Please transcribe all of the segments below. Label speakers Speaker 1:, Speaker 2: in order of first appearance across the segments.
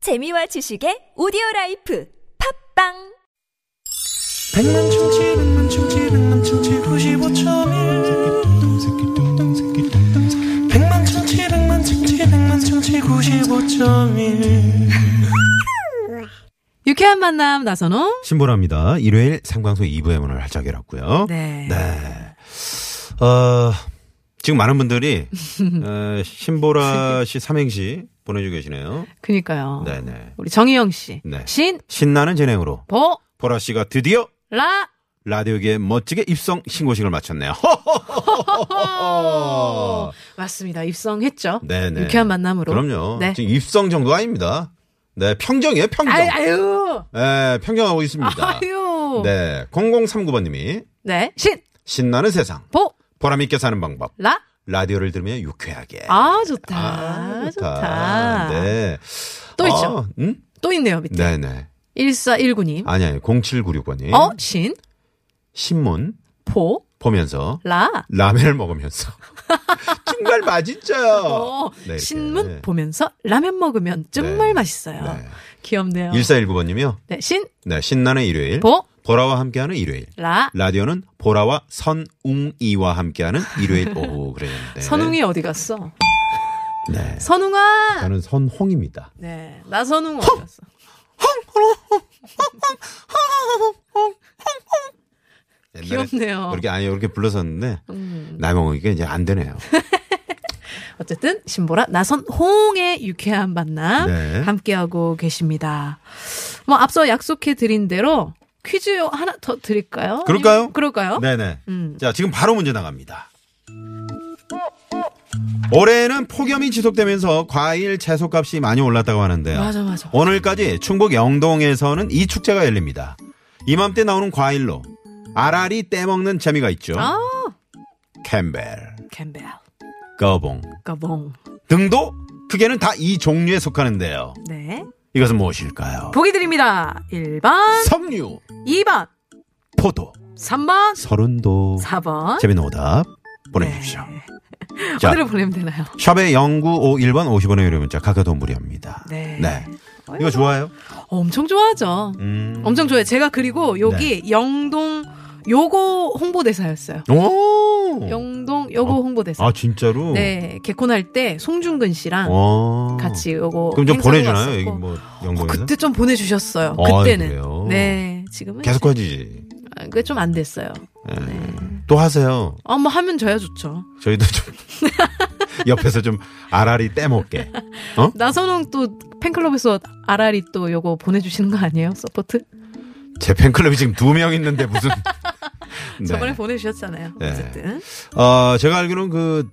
Speaker 1: 재미와 지식의 오디오 라이프 팝빵
Speaker 2: 백만 충치 백만 충치 백만 충치 95.1 백만 충치 백만 충치 백만 충치 95.1
Speaker 3: 유쾌한 만남 나선홍.
Speaker 4: 신보라입니다. 일요일 생방송 2부의 문을 활짝 열었고요.
Speaker 3: 네.
Speaker 4: 어, 지금 많은 분들이 어, 신보라 씨 삼행시 보내주고 계시네요.
Speaker 3: 그니까요.
Speaker 4: 네네.
Speaker 3: 우리 정희영 씨.
Speaker 4: 네.
Speaker 3: 신,
Speaker 4: 신나는 진행으로
Speaker 3: 보,
Speaker 4: 보라 씨가 드디어
Speaker 3: 라.
Speaker 4: 라디오계에 멋지게 입성 신고식을 마쳤네요.
Speaker 3: 어. 맞습니다. 입성했죠.
Speaker 4: 네네.
Speaker 3: 유쾌한 만남으로.
Speaker 4: 그럼요.
Speaker 3: 네.
Speaker 4: 지금 입성 정도 아닙니다. 네, 평정이에요, 평정.
Speaker 3: 아유, 아유.
Speaker 4: 네, 평정하고 있습니다.
Speaker 3: 아유. 네.
Speaker 4: 네, 0039번님이
Speaker 3: 신,
Speaker 4: 신나는 세상.
Speaker 3: 보,
Speaker 4: 보람 있게 사는 방법.
Speaker 3: 라.
Speaker 4: 라디오를 들으면 유쾌하게.
Speaker 3: 아, 좋다.
Speaker 4: 아,
Speaker 3: 좋다.
Speaker 4: 네.
Speaker 3: 또
Speaker 4: 아,
Speaker 3: 있죠.
Speaker 4: 음?
Speaker 3: 또 있네요, 밑에.
Speaker 4: 네네.
Speaker 3: 1419님.
Speaker 4: 아니, 예. 아니, 0796번이.
Speaker 3: 어, 신,
Speaker 4: 신문
Speaker 3: 보,
Speaker 4: 보면서
Speaker 3: 라.
Speaker 4: 라면을 먹으면서. 정말 맛있죠?
Speaker 3: 어,
Speaker 4: 네, 이렇게.
Speaker 3: 신문 보면서 라면 먹으면 정말
Speaker 4: 네.
Speaker 3: 맛있어요.
Speaker 4: 네.
Speaker 3: 귀엽네요.
Speaker 4: 1419번님이요.
Speaker 3: 네, 신,
Speaker 4: 네, 신나는 일요일.
Speaker 3: 보,
Speaker 4: 보라와 함께하는 일요일.
Speaker 3: 라.
Speaker 4: 라디오는 보라와 선웅이와 함께하는 일요일 오후 그랬는데.
Speaker 3: 선웅이 어디 갔어?
Speaker 4: 네.
Speaker 3: 선웅아!
Speaker 4: 저는 선홍입니다.
Speaker 3: 네, 나선웅 어디였어?
Speaker 4: 옛날에
Speaker 3: 귀엽네요.
Speaker 4: 그렇게 아니 이렇게 불렀었는데
Speaker 3: 음.
Speaker 4: 나이 먹으니까 이제 안 되네요.
Speaker 3: 어쨌든 신보라 나선홍의 유쾌한 만남
Speaker 4: 네.
Speaker 3: 함께하고 계십니다. 뭐 앞서 약속해 드린 대로 퀴즈 하나 더 드릴까요?
Speaker 4: 그럴까요?
Speaker 3: 아니면- 그럴까요?
Speaker 4: 네네.
Speaker 3: 음.
Speaker 4: 자, 지금 바로 문제 나갑니다. 올해는 폭염이 지속되면서 과일 채소값이 많이 올랐다고 하는데요.
Speaker 3: 맞아, 맞아.
Speaker 4: 어? 오늘까지 충북 영동에서는 이 축제가 열립니다. 이맘때 나오는 과일로 아라리 떼먹는 재미가 있죠.
Speaker 3: 아,
Speaker 4: 캠벨,
Speaker 3: 캠벨,
Speaker 4: 거봉
Speaker 3: 까봉.
Speaker 4: 등도 크게는 다 이 종류에 속하는데요.
Speaker 3: 네.
Speaker 4: 이것은 무엇일까요?
Speaker 3: 보기 드립니다. 1번,
Speaker 4: 석류,
Speaker 3: 2번,
Speaker 4: 포도,
Speaker 3: 3번,
Speaker 4: 서른도.
Speaker 3: 4번.
Speaker 4: 재미있는 오답 보내주십시오.
Speaker 3: 네.
Speaker 4: 자,
Speaker 3: 어디로 보내면 되나요?
Speaker 4: 샵의 0951번 50원의 유료 문자 가격 돈 무료입니다.
Speaker 3: 네.
Speaker 4: 이거 좋아요?
Speaker 3: 엄청 좋아하죠.
Speaker 4: 음.
Speaker 3: 엄청 좋아요. 제가 그리고 여기
Speaker 4: 네.
Speaker 3: 영동 요거 홍보대사였어요.
Speaker 4: 오.
Speaker 3: 영동 요거
Speaker 4: 어,
Speaker 3: 홍보대사.
Speaker 4: 아 진짜로?
Speaker 3: 네, 개콘할 때 송중근 씨랑
Speaker 4: 와.
Speaker 3: 같이 요거
Speaker 4: 그럼 좀
Speaker 3: 행사도
Speaker 4: 보내주나요? 여기
Speaker 3: 갔었고.
Speaker 4: 뭐
Speaker 3: 어,
Speaker 4: 영동에는?
Speaker 3: 그때 좀 보내주셨어요.
Speaker 4: 아,
Speaker 3: 그때는.
Speaker 4: 그래요?
Speaker 3: 네, 지금은 아,
Speaker 4: 계속 하지.
Speaker 3: 그게 좀 안 됐어요.
Speaker 4: 예. 또 하세요.
Speaker 3: 아, 뭐 하면 저야 좋죠.
Speaker 4: 저희도 좀 옆에서 좀 아라리 떼먹게. 어?
Speaker 3: 나선홍 또 팬클럽에서 아라리 또 요거 보내주시는 거 아니에요? 서포트?
Speaker 4: 네. 제 팬클럽이 지금 두 명 있는데 무슨? 네.
Speaker 3: 저번에 보내주셨잖아요.
Speaker 4: 네.
Speaker 3: 어쨌든.
Speaker 4: 어 제가 알기로는 그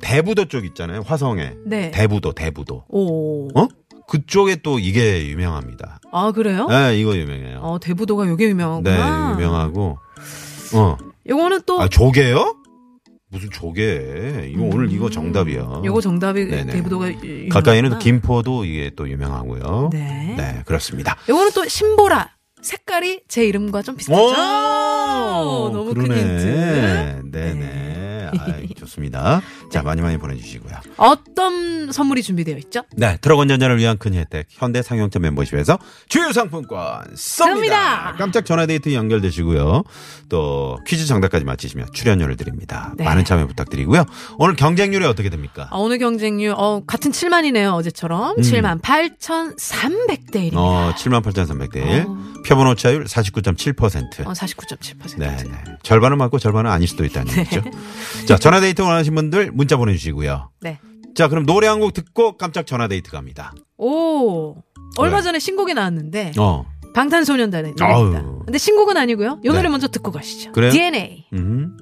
Speaker 4: 대부도 쪽 있잖아요. 화성에
Speaker 3: 네.
Speaker 4: 대부도 대부도.
Speaker 3: 오.
Speaker 4: 어? 그쪽에 또 이게 유명합니다.
Speaker 3: 아, 그래요?
Speaker 4: 네, 이거 유명해요.
Speaker 3: 어, 대부도가 요게
Speaker 4: 네,
Speaker 3: 유명하구나.
Speaker 4: 유명하고. 어.
Speaker 3: 요거는 또
Speaker 4: 아, 조개요? 무슨 조개? 이거 오늘 이거 정답이야.
Speaker 3: 요거 음. 정답이
Speaker 4: 어. 네네. 음.
Speaker 3: 대부도가 유-
Speaker 4: 가까이는 또
Speaker 3: 유명하구나.
Speaker 4: 김포도 이게 또 유명하고요.
Speaker 3: 네.
Speaker 4: 그렇습니다.
Speaker 3: 요거는 또 신보라 색깔이 제 이름과 좀 비슷하죠. 너무 큰 힌트.
Speaker 4: 네네.
Speaker 3: 네.
Speaker 4: 아이, 좋습니다. 자, 많이 많이 보내주시고요.
Speaker 3: 어떤 선물이 준비되어 있죠?
Speaker 4: 네, 드래곤 전자를 위한 큰 혜택 현대 상용점 멤버십에서 주요 상품권
Speaker 3: 쏩니다.
Speaker 4: 쏩니다. 깜짝 전화 데이트 연결되시고요. 또 퀴즈 정답까지 맞히시면 출연료를 드립니다.
Speaker 3: 네.
Speaker 4: 많은 참여 부탁드리고요. 오늘 경쟁률이 어떻게 됩니까?
Speaker 3: 아, 오늘 경쟁률 어, 같은 7만이네요 어제처럼 7만 8,300대 1입니다.
Speaker 4: 음. 어, 78,300대 1.
Speaker 3: 어.
Speaker 4: 표본 오차율 49.7%.
Speaker 3: 어, 49.7%.
Speaker 4: 네, 네. 절반은 맞고 절반은 아닐 수도 있다는
Speaker 3: 네.
Speaker 4: 얘기죠. 자, 전화 데이트 원하신 분들 문자 보내 주시고요.
Speaker 3: 네.
Speaker 4: 자, 그럼 노래 한 곡 듣고 깜짝 전화 데이트 갑니다.
Speaker 3: 오. 얼마
Speaker 4: 왜?
Speaker 3: 전에 신곡이 나왔는데
Speaker 4: 네. 어.
Speaker 3: 방탄소년단의
Speaker 4: 아우.
Speaker 3: 노래입니다. 근데 신곡은 아니고요. 이 노래
Speaker 4: 네.
Speaker 3: 먼저 듣고 가시죠.
Speaker 4: 그래요?
Speaker 3: DNA.
Speaker 4: 음.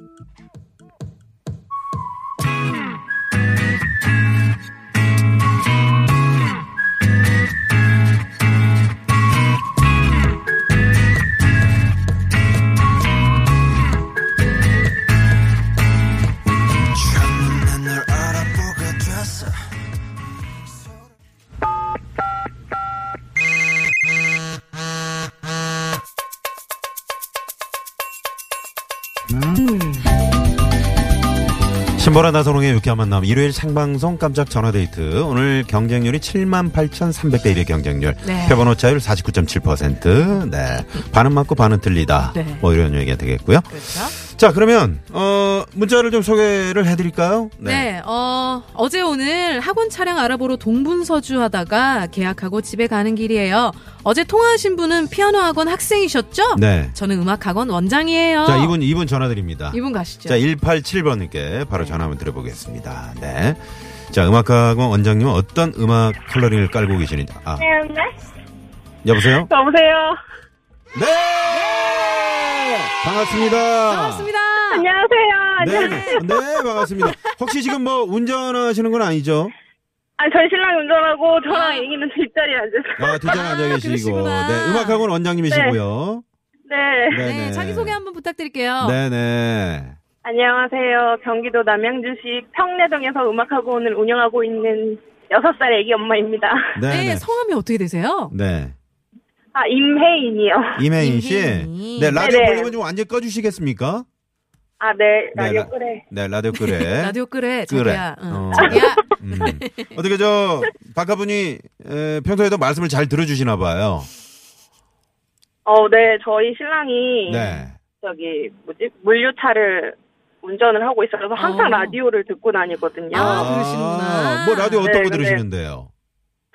Speaker 2: 처음 난널 알아보게 됐어
Speaker 4: 신보라 나선홍의 유쾌한 만남 일요일 생방송 깜짝 전화데이트 오늘 경쟁률이 7만 8,300대 1의 경쟁률
Speaker 3: 네.
Speaker 4: 표본 오차율 49.7%네 반은 맞고 반은 틀리다
Speaker 3: 네.
Speaker 4: 뭐 이런 얘기가 되겠고요
Speaker 3: 그렇죠.
Speaker 4: 자 그러면 어 문자를 좀 소개를 해드릴까요
Speaker 3: 네. 어, 어제 오늘 학원 차량 알아보러 동분서주 하다가 계약하고 집에 가는 길이에요. 어제 통화하신 분은 피아노 학원 학생이셨죠?
Speaker 4: 네.
Speaker 3: 저는 음악 학원 원장이에요.
Speaker 4: 자 이분 이분 전화드립니다
Speaker 3: 아. 이분 가시죠.
Speaker 4: 자 187번님께 바로 전화 한번 드려보겠습니다 네자 음악학원 원장님은 어떤 음악 컬러링을 깔고 계시는지 아 여보세요
Speaker 5: 여보세요.
Speaker 4: 네 반갑습니다
Speaker 3: 반갑습니다.
Speaker 5: 안녕하세요.
Speaker 4: 네,
Speaker 5: 안녕.
Speaker 4: 네, 네, 반갑습니다. 혹시 지금 뭐 운전하시는 건 아니죠?
Speaker 5: 아, 저희 신랑 운전하고 저랑 애기는 뒷자리에 앉아서.
Speaker 4: 아, 뒷자리
Speaker 3: 아,
Speaker 4: 앉아 계시고.
Speaker 3: 그러시구나.
Speaker 4: 네, 음악학원 원장님이시고요.
Speaker 5: 네.
Speaker 3: 네, 자기소개 한번 부탁드릴게요.
Speaker 4: 네, 네네.
Speaker 5: 안녕하세요. 경기도 남양주시 평내동에서 음악하고 오늘 운영하고 있는 6살 애기 엄마입니다.
Speaker 3: 네,
Speaker 4: 네네.
Speaker 3: 성함이 어떻게 되세요?
Speaker 4: 네.
Speaker 5: 아, 임혜인이요.
Speaker 4: 임혜인 씨.
Speaker 3: 임혜인이.
Speaker 4: 네, 라디오
Speaker 5: 네네.
Speaker 4: 볼륨을 좀 완전 꺼주시겠습니까?
Speaker 5: 아, 네.
Speaker 4: 라-
Speaker 5: 라디오 그래.
Speaker 4: 네, 라디오 끄래.
Speaker 3: 라디오 끄래,
Speaker 4: 끄래.
Speaker 3: 자기야. 응.
Speaker 4: 어.
Speaker 3: 자기야.
Speaker 4: 음. 어떻게 저, 박하분이 에, 평소에도 말씀을 잘 들어주시나 봐요.
Speaker 5: 어, 네. 저희 신랑이
Speaker 4: 네.
Speaker 5: 저기 뭐지? 물류차를 운전을 하고 있어서 항상
Speaker 3: 어.
Speaker 5: 라디오를 듣고 다니거든요.
Speaker 3: 아. 그러시구나.
Speaker 4: 뭐 라디오 어떤
Speaker 5: 네, 아.
Speaker 4: 거
Speaker 5: 근데-
Speaker 4: 들으시는데요?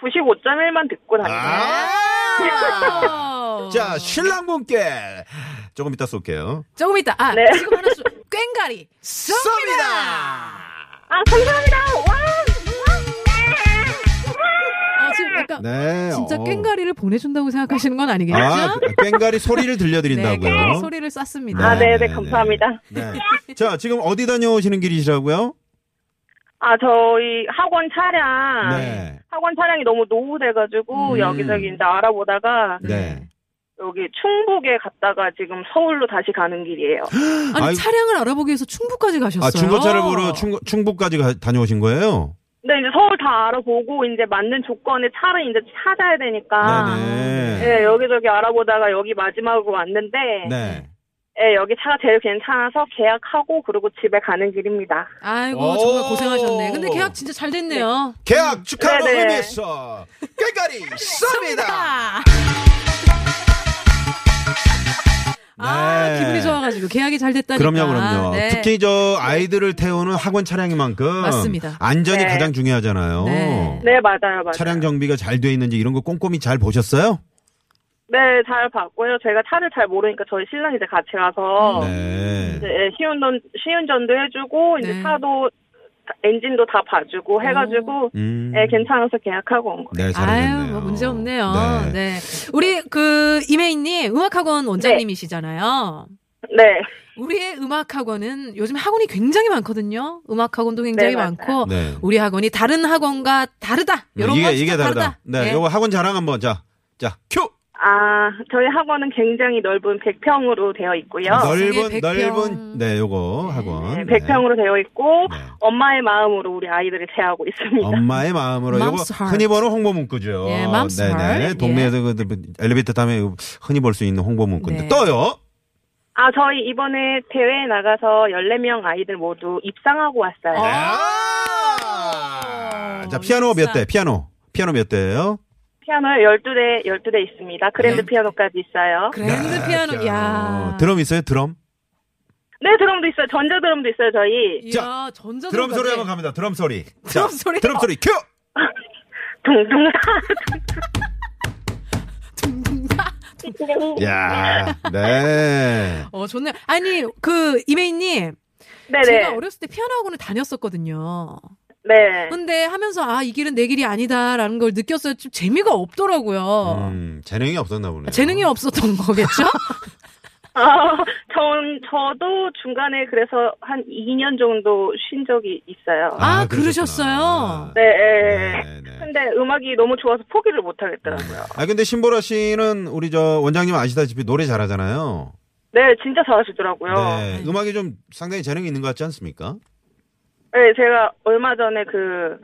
Speaker 5: 95.1만 듣고 다니고.
Speaker 3: 아.
Speaker 4: 아! 자, 신랑분께 조금 이따 쏠게요.
Speaker 3: 조금 있다. 아,
Speaker 5: 네.
Speaker 3: 지금 하나 쏘. 꽹가리.
Speaker 4: 쏩니다!
Speaker 5: 아, 감사합니다. 와!
Speaker 3: 아, 지금 약간
Speaker 4: 네.
Speaker 3: 진짜
Speaker 4: 어.
Speaker 3: 꽹가리를 보내준다고 생각하시는 건 아니겠죠?
Speaker 4: 아, 그 꽹가리
Speaker 3: 네,
Speaker 4: 소리를 들려드린다고요.
Speaker 3: 꽹가리 소리를 쐈습니다.
Speaker 5: 아, 네, 네, 감사합니다.
Speaker 4: 네. 자, 지금 어디 다녀오시는 길이시라고요?
Speaker 5: 아, 저희 학원 차량.
Speaker 4: 네.
Speaker 5: 학원 차량이 너무 노후돼가지고
Speaker 4: 음.
Speaker 5: 여기저기 이제 알아보다가
Speaker 4: 네.
Speaker 5: 여기 충북에 갔다가 지금 서울로 다시 가는 길이에요.
Speaker 3: 아니
Speaker 4: 아이-
Speaker 3: 차량을 알아보기 위해서 충북까지 가셨어요.
Speaker 4: 아, 중고차를 보러 충, 충북까지 가- 다녀오신 거예요?
Speaker 5: 근데 이제 서울 다 알아보고 이제 맞는 조건의 차를 이제 찾아야 되니까
Speaker 4: 네네.
Speaker 5: 예, 여기저기 알아보다가 여기 마지막으로 왔는데
Speaker 4: 네.
Speaker 5: 예, 여기 차가 제일 괜찮아서 계약하고 그리고 집에 가는 길입니다.
Speaker 3: 아이고 정말
Speaker 4: 오.
Speaker 3: 고생하셨네. 근데 계약 진짜 잘 음. 됐네요.
Speaker 4: 계약 축하로
Speaker 5: 네네.
Speaker 4: 의미해서 꽹가리 쏩니다!
Speaker 3: 아
Speaker 4: 네.
Speaker 3: 기분이 좋아가지고 계약이 잘 됐다니까.
Speaker 4: 그럼요, 그럼요.
Speaker 3: 네.
Speaker 4: 특히 저 아이들을 태우는 학원 차량이만큼
Speaker 3: 맞습니다.
Speaker 4: 안전이
Speaker 5: 네.
Speaker 4: 가장 중요하잖아요.
Speaker 3: 네.
Speaker 5: 네, 맞아요, 맞아요.
Speaker 4: 차량 정비가 잘 돼 있는지 이런 거 꼼꼼히 잘 보셨어요?
Speaker 5: 네, 잘 봤고요. 제가 차를 잘 모르니까 저희 신랑 이제 같이
Speaker 3: 어.
Speaker 5: 가서
Speaker 4: 네.
Speaker 5: 이제 예, 시운전 시운전도 해주고 이제
Speaker 3: 네.
Speaker 5: 차도 엔진도 다 봐주고 해가지고
Speaker 4: 음.
Speaker 5: 예, 괜찮아서 계약하고 온 거예요.
Speaker 4: 네, 잘하셨네요.
Speaker 3: 네, 아유 뭐 문제 없네요. 네. 우리 그 이메인님 음악학원 원장님이시잖아요.
Speaker 5: 네,
Speaker 3: 우리의 음악학원은 요즘 학원이 굉장히 많거든요. 음악학원도 굉장히
Speaker 5: 네, 맞아요.
Speaker 3: 많고
Speaker 4: 네.
Speaker 3: 우리 학원이 다른 학원과 다르다. 네. 이런 건
Speaker 4: 음, 이게
Speaker 3: 진짜
Speaker 4: 이게 다르다. 네,
Speaker 3: 예.
Speaker 4: 요거 학원 자랑 한번 자, 자 큐.
Speaker 5: 아 저희 학원은 굉장히 넓은 100평으로 되어 있고요.
Speaker 4: 아, 넓은
Speaker 3: 세상에 네. 백평.
Speaker 4: 넓은 네 요거 학원.
Speaker 5: 네,
Speaker 4: 네.
Speaker 5: 100평으로 되어 있고
Speaker 4: 네.
Speaker 5: 엄마의 마음으로 우리 아이들을 제하고 있습니다.
Speaker 4: 엄마의 마음으로 요거
Speaker 3: Mom's heart.
Speaker 4: 흔히 보는 홍보 문구죠.
Speaker 3: 예, Mom's
Speaker 4: 네네.
Speaker 3: heart.
Speaker 4: 동네에서 그 엘리베이터 타면 흔히 볼 수 있는 홍보 문구인데
Speaker 3: 네.
Speaker 4: 떠요.
Speaker 5: 아 저희 이번에 대회에 나가서 14명 아이들 모두 입상하고 왔어요.
Speaker 4: 네.
Speaker 3: 어.
Speaker 4: 아! 자 피아노 몇 대? 피아노 피아노 몇 대예요?
Speaker 5: 피아노 12대 12대 있습니다. 그랜드
Speaker 4: 네.
Speaker 5: 피아노까지 있어요.
Speaker 3: 그랜드 피아노, 야.
Speaker 4: 드럼 있어요? 드럼?
Speaker 5: 네 드럼도 있어요. 전자 드럼도 있어요. 저희
Speaker 3: 야, 전자
Speaker 4: 드럼 소리 한번 갑니다. 드럼 소리.
Speaker 3: 네. 드럼
Speaker 4: 자,
Speaker 3: 소리.
Speaker 4: 드럼 소리 큐.
Speaker 5: 둥둥
Speaker 4: 야, 네.
Speaker 3: 어, 좋네. 요 아니, 그 이메인 님, 제가
Speaker 5: 네, 네네.
Speaker 3: 어렸을 때 피아노 학원을 다녔었거든요.
Speaker 5: 네.
Speaker 3: 근데 하면서 아, 이 길은 내 길이 아니다라는 걸 느꼈어요. 좀 재미가 없더라고요.
Speaker 4: 음, 재능이 없었나 보네요.
Speaker 3: 어. 아, 재능이 없었던 거겠죠?
Speaker 5: 아, 전 저도 중간에 그래서 한 2년 정도 쉰 적이 있어요.
Speaker 3: 아,
Speaker 4: 그러셨구나.
Speaker 3: 그러셨어요?
Speaker 5: 네. 예.
Speaker 4: 네, 네.
Speaker 5: 근데 음악이 너무 좋아서 포기를 못 하겠더라고요.
Speaker 4: 아 근데 신보라 씨는 우리 저 원장님 아시다시피 노래 잘하잖아요.
Speaker 5: 네, 진짜 잘하시더라고요. 네.
Speaker 4: 네. 음악이 좀 상당히 재능이 있는 것 같지 않습니까?
Speaker 5: 네, 제가 얼마 전에 그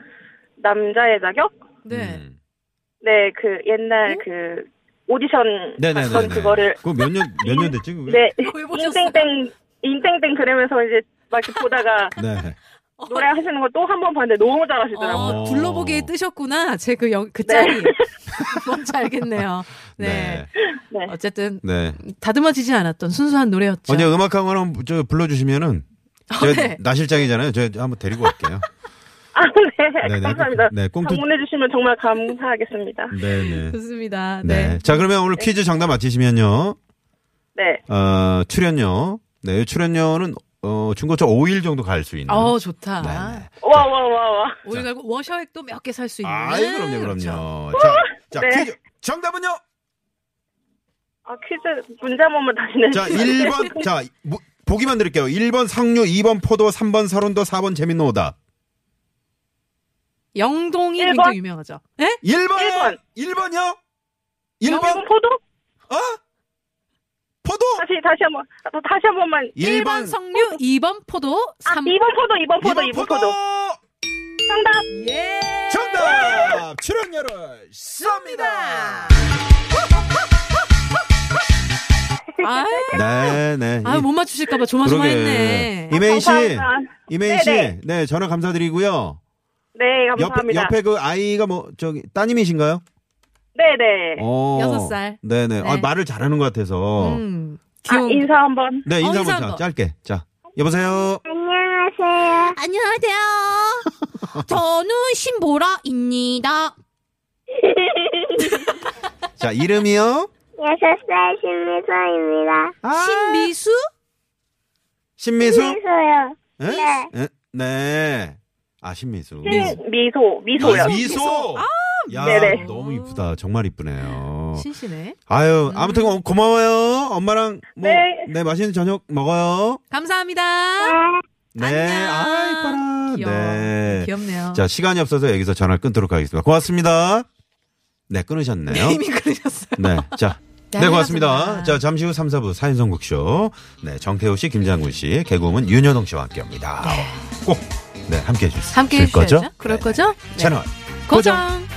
Speaker 5: 남자의 자격?
Speaker 3: 네.
Speaker 4: 음.
Speaker 5: 네, 그 옛날 그 오디션
Speaker 4: 네네네네.
Speaker 5: 봤던 그거를
Speaker 4: 그거 몇 년 몇 년 됐지 그게?
Speaker 5: 네,
Speaker 3: 왜 보셨어요?
Speaker 5: 인땡땡 인땡땡 그러면서 이제 막 이렇게 보다가
Speaker 4: 네.
Speaker 5: 노래 하시는 거 또 한 번 봤는데 너무 잘하시더라고요.
Speaker 3: 어,
Speaker 4: 어.
Speaker 3: 둘러보기에 뜨셨구나. 제 그 영, 그 짤이. 뭔지 알겠네요. 네.
Speaker 4: 네.
Speaker 5: 네.
Speaker 3: 어쨌든
Speaker 4: 네.
Speaker 3: 다듬어지지 않았던 순수한 노래였죠.
Speaker 4: 언제 음악하고 한번 저 불러주시면은 제가
Speaker 3: 네.
Speaker 4: 나실장이잖아요. 제가 한번 데리고 갈게요.
Speaker 5: 아, 네.
Speaker 4: 네, 네.
Speaker 5: 감사합니다.
Speaker 4: 네, 꽁트-
Speaker 5: 방문해주시면 정말 감사하겠습니다.
Speaker 4: 네네.
Speaker 3: 좋습니다.
Speaker 4: 네.
Speaker 3: 네.
Speaker 4: 자, 그러면 오늘 퀴즈 정답 맞히시면요.
Speaker 5: 네.
Speaker 4: 어, 출연료. 네, 이 출연료는 어, 중고차 5일 정도 갈 수 있는.
Speaker 3: 어 좋다.
Speaker 4: 음. 네네.
Speaker 5: 와, 와, 와, 와.
Speaker 3: 오일 갈고 워셔액도 몇 개 살 수 있는.
Speaker 4: 아, 그럼요,
Speaker 3: 그렇죠.
Speaker 4: 그럼요. 자, 자
Speaker 5: 네.
Speaker 4: 퀴즈 정답은요?
Speaker 5: 아, 퀴즈 문자만만 다시 내주세요.
Speaker 4: 자, 1번. 자, 뭐, 보기만 드릴게요. 1번 상류, 2번 포도, 3번 설운도, 4번 재밌는 오답.
Speaker 3: 영동이
Speaker 5: 일 번?
Speaker 3: 굉장히 유명하죠. 예?
Speaker 4: 1번.
Speaker 5: 번.
Speaker 4: 1번. 요
Speaker 5: 일
Speaker 4: 1번.
Speaker 5: 번 포도?
Speaker 4: 어? 포도.
Speaker 5: 다시, 다시 한 번. 아, 다시 한 번만. 어?
Speaker 3: 1번 석류, 2번 포도,
Speaker 5: 아,
Speaker 3: 3번
Speaker 5: 2번 포도, 2번 포도, 2번, 포도. 정답!
Speaker 3: 예.
Speaker 4: 정답! 출연료를 쏩니다!
Speaker 3: 아,
Speaker 4: 네, 네.
Speaker 3: 아, 못 맞추실까봐 조마조마했네.
Speaker 4: 이메이 씨,
Speaker 5: 뭐, 감사합니다.
Speaker 4: 이메이 씨,
Speaker 5: 네네.
Speaker 4: 네, 전화 감사드리고요.
Speaker 5: 네,
Speaker 4: 옆에,
Speaker 5: 감사합니다.
Speaker 4: 옆에 그 아이가 뭐, 저기, 따님이신가요?
Speaker 5: 네네.
Speaker 4: 어.
Speaker 3: 여섯 살.
Speaker 4: 네네. 아,
Speaker 3: 네.
Speaker 4: 말을 잘하는 것 같아서.
Speaker 3: 음,
Speaker 5: 아,
Speaker 3: 귀여운.
Speaker 5: 인사 한 번.
Speaker 4: 네,
Speaker 3: 어, 인사
Speaker 4: 인사 한번
Speaker 3: 한
Speaker 4: 자,
Speaker 3: 번.
Speaker 4: 짧게. 자, 여보세요?
Speaker 6: 안녕하세요.
Speaker 3: 안녕하세요. 저는 신보라입니다.
Speaker 4: 자,
Speaker 3: 예,
Speaker 4: 이름이요? 아,
Speaker 6: 여섯 살 신미서입니다.
Speaker 5: 아.
Speaker 3: 신미수?
Speaker 4: 신미수?
Speaker 6: 미소요.
Speaker 4: 예?
Speaker 6: 네.
Speaker 4: 예? 네. 아, 신미수.
Speaker 5: 네.
Speaker 4: 아,
Speaker 5: 미소, 미소요. 아,
Speaker 4: 미소! 야,
Speaker 5: 네네.
Speaker 4: 너무 이쁘다. 정말 이쁘네요.
Speaker 3: 신신해. 음.
Speaker 4: 아유, 아무튼 어, 고마워요. 엄마랑 뭐, 네.
Speaker 5: 네.
Speaker 4: 맛있는 저녁 먹어요.
Speaker 3: 감사합니다.
Speaker 5: 아.
Speaker 4: 네.
Speaker 3: 안녕.
Speaker 4: 아, 이뻐라.
Speaker 3: 귀여워.
Speaker 4: 네.
Speaker 3: 귀엽네요.
Speaker 4: 자, 시간이 없어서 여기서 전화를 끊도록 하겠습니다. 고맙습니다. 네, 끊으셨네요.
Speaker 3: 이미 끊으셨어요.
Speaker 4: 네. 자. 네,
Speaker 3: 네,
Speaker 4: 고맙습니다.
Speaker 3: 고맙습니다.
Speaker 4: 자, 잠시 후 3, 4부 사연선곡쇼. 네, 정태호 씨, 김장군 씨, 개그우먼 윤여동 씨와 함께 합니다. 꼭, 네, 함께 해주세요.
Speaker 3: 함께 해주셔야죠.
Speaker 4: 거죠?
Speaker 3: 그럴
Speaker 4: 네.
Speaker 3: 거죠? 네.
Speaker 4: 채널.
Speaker 3: 고정.